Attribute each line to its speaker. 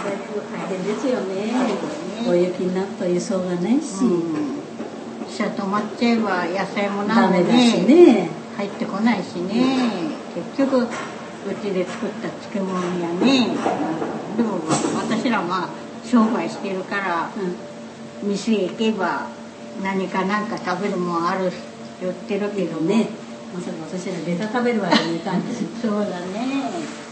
Speaker 1: 大変ですよね
Speaker 2: そうね
Speaker 1: 大雪になると輸送がないし、
Speaker 2: うん車止まっちゃえば野菜もな
Speaker 1: ダ
Speaker 2: んも
Speaker 1: メだし
Speaker 2: ね
Speaker 1: ね
Speaker 2: 入ってこないしね結局うちで作った漬物やねでも私らまあ商売してるから店へ行けば何かなんか食べるもんあるし言ってるけど
Speaker 1: うん、ねまさか私らベタ食べるわけにいかんし
Speaker 2: そうだね